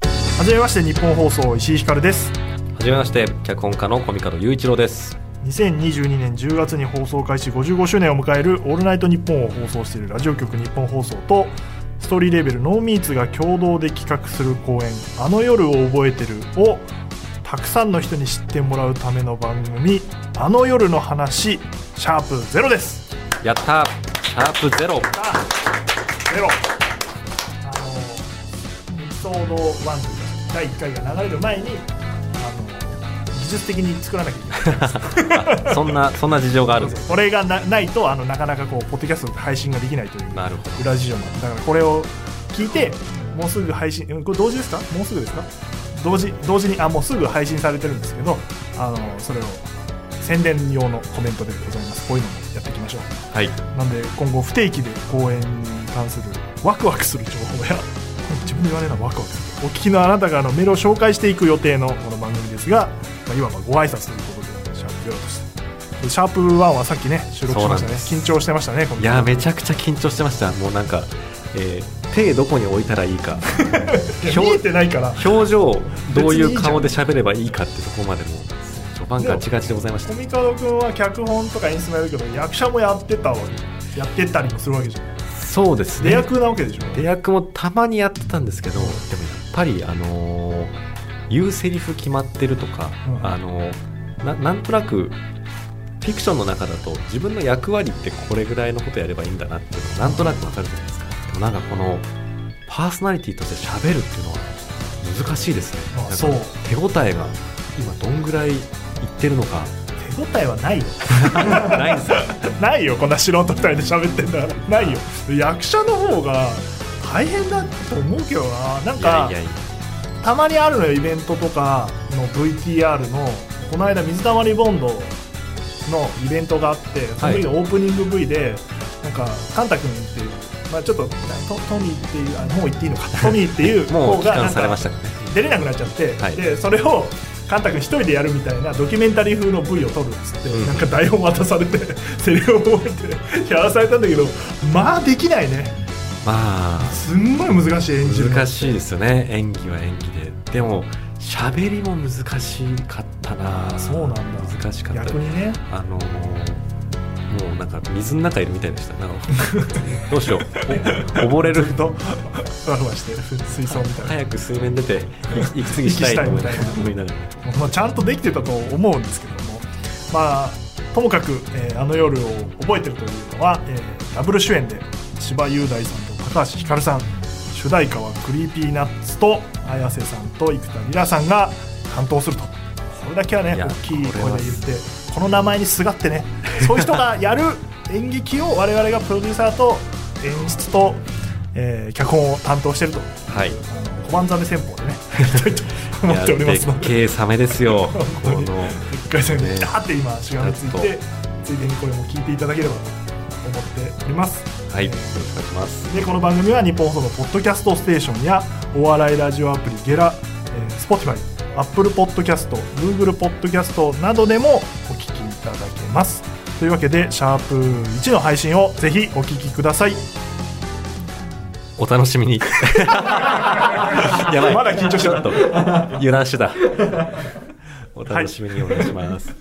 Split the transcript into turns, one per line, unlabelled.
はじめまして日本放送石井ひかるです
はじめまして脚本家の小見門雄一郎です
2022年10月に放送開始55周年を迎える「オールナイトニッポン」を放送しているラジオ局日本放送とストーリーレーベルノーミーツが共同で企画する公演「あの夜を覚えてる」をたくさんの人に知ってもらうための番組「あの夜の話」シャープゼロです
やったーシャープゼロ
ゼロあのエピソード1というか第1回が流れる前にあの技術的に作らなきゃいけない
そんなそんな事情があるんです
これがなないとあのなかなかこうポッドキャストで配信ができないという
なるほど
裏事情もあってだからこれを聞いてもうすぐ配信うんこれ同時ですかもうすぐですか同時同時にあもうすぐ配信されてるんですけどあのそれを宣伝用のコメントでございますこういうのもやっていきましょう
はい
なんで今後不定期で公演に関するワクワクする情報や自分で言われるのはワクワクするお聞きのあなたからのメールを紹介していく予定のこの番組ですが、まあ、いわばご挨拶ということでシャープ0としてでシャープ1はさっきね収録しました
そうなん
ね
です
緊張してましたねこの
いやーめちゃくちゃ緊張してましたもうなんか、えー手どこに置いたらいい か
いや見えてないから
表情どういう顔で喋ればいいかってとこまでも序盤ガチガチでございまし
コ
た
ミカド君は脚本とか演出もやるけど役者もやってたわけやってたりもするわけじゃん
そうです
出
ね
役なわけでしょ
出役もたまにやってたんですけどでもやっぱりあのー言うセリフ決まってるとか、
うん
あのーななんとなくフィクションの中だと自分の役割ってこれぐらいのことやればいいんだなっていうのがなんとなくわかるじゃないですかでもなんかこのパーソナリティとして喋るっていうのは難しいですね
あ
なんか
そう
手応えが今どんぐらいいってるのか
手応えはないよ
ないんですよ
ないよこんな素人二人で喋ってんだからないよ役者の方が大変だ と思うけどななん
い
か
やいやいや
たまにあるのよイベントとかの VTR のこの間水溜りボンドのイベントがあってその時のオープニング V で、なんかカンタ君っていう、まあ、ちょっとなトトミーっていうあのもう言っていいのかトミーっていう
もう
子
帰
がな
還
ん
されま
か
したからね
出れなくなっちゃって、
はい
でそれをカンタ君一人でやるみたいなドキュメンタリー風の V を撮るっつって、
うん
なんか台本渡されて セリフを覚えてやらされたんだけどまあできないね
まあ
すんごい難しい演じるの
難しいですよね演技は演技ででも喋りも難しかったな
そうなんだ
難しかった
逆にね
あのーもうなんか水の中いるみたいでしたなんか どうしようお溺れる
ずっとふわふわして水槽みたいな
早く水面出て息息継ぎしたいと思いな
息したいみたいな
思いながら
まあ、ちゃんとできてたと思うんですけども、まあ、ともかく、えーあの夜を覚えてるというのは、えーダブル主演で千葉雄大さんと高橋ひかるさん主題歌はクリーピーナッツと綾瀬さんと生田リラさんが担当するとこれだけはね
いや
大きい
これは
声で言ってこの名前にすがってねそういう人がやる演劇を我々がプロデューサーと演出と、えー脚本を担当してると
はいい
あの小判ザメ戦法で ねやりたいと思っており
や
ま
です
の
っ
で。
けえサメで すよこ
当
の
に一回戦で
ね
ダーって今しがみつい
や
てついでにこれも聞いていただければと思っております
はいよろしくお願いします
でこの番組は日本放送のポッドキャストステーションやお笑いラジオアプリゲラ、えー、Spotify アップルポッドキャスト Google ポッドキャストなどでもお聞きいただけますというわけでシャープ1の配信をぜひお聞きください
お楽しみに やばい
まだ緊張して
ちょ
た
っと油断してたお楽しみにお願いします、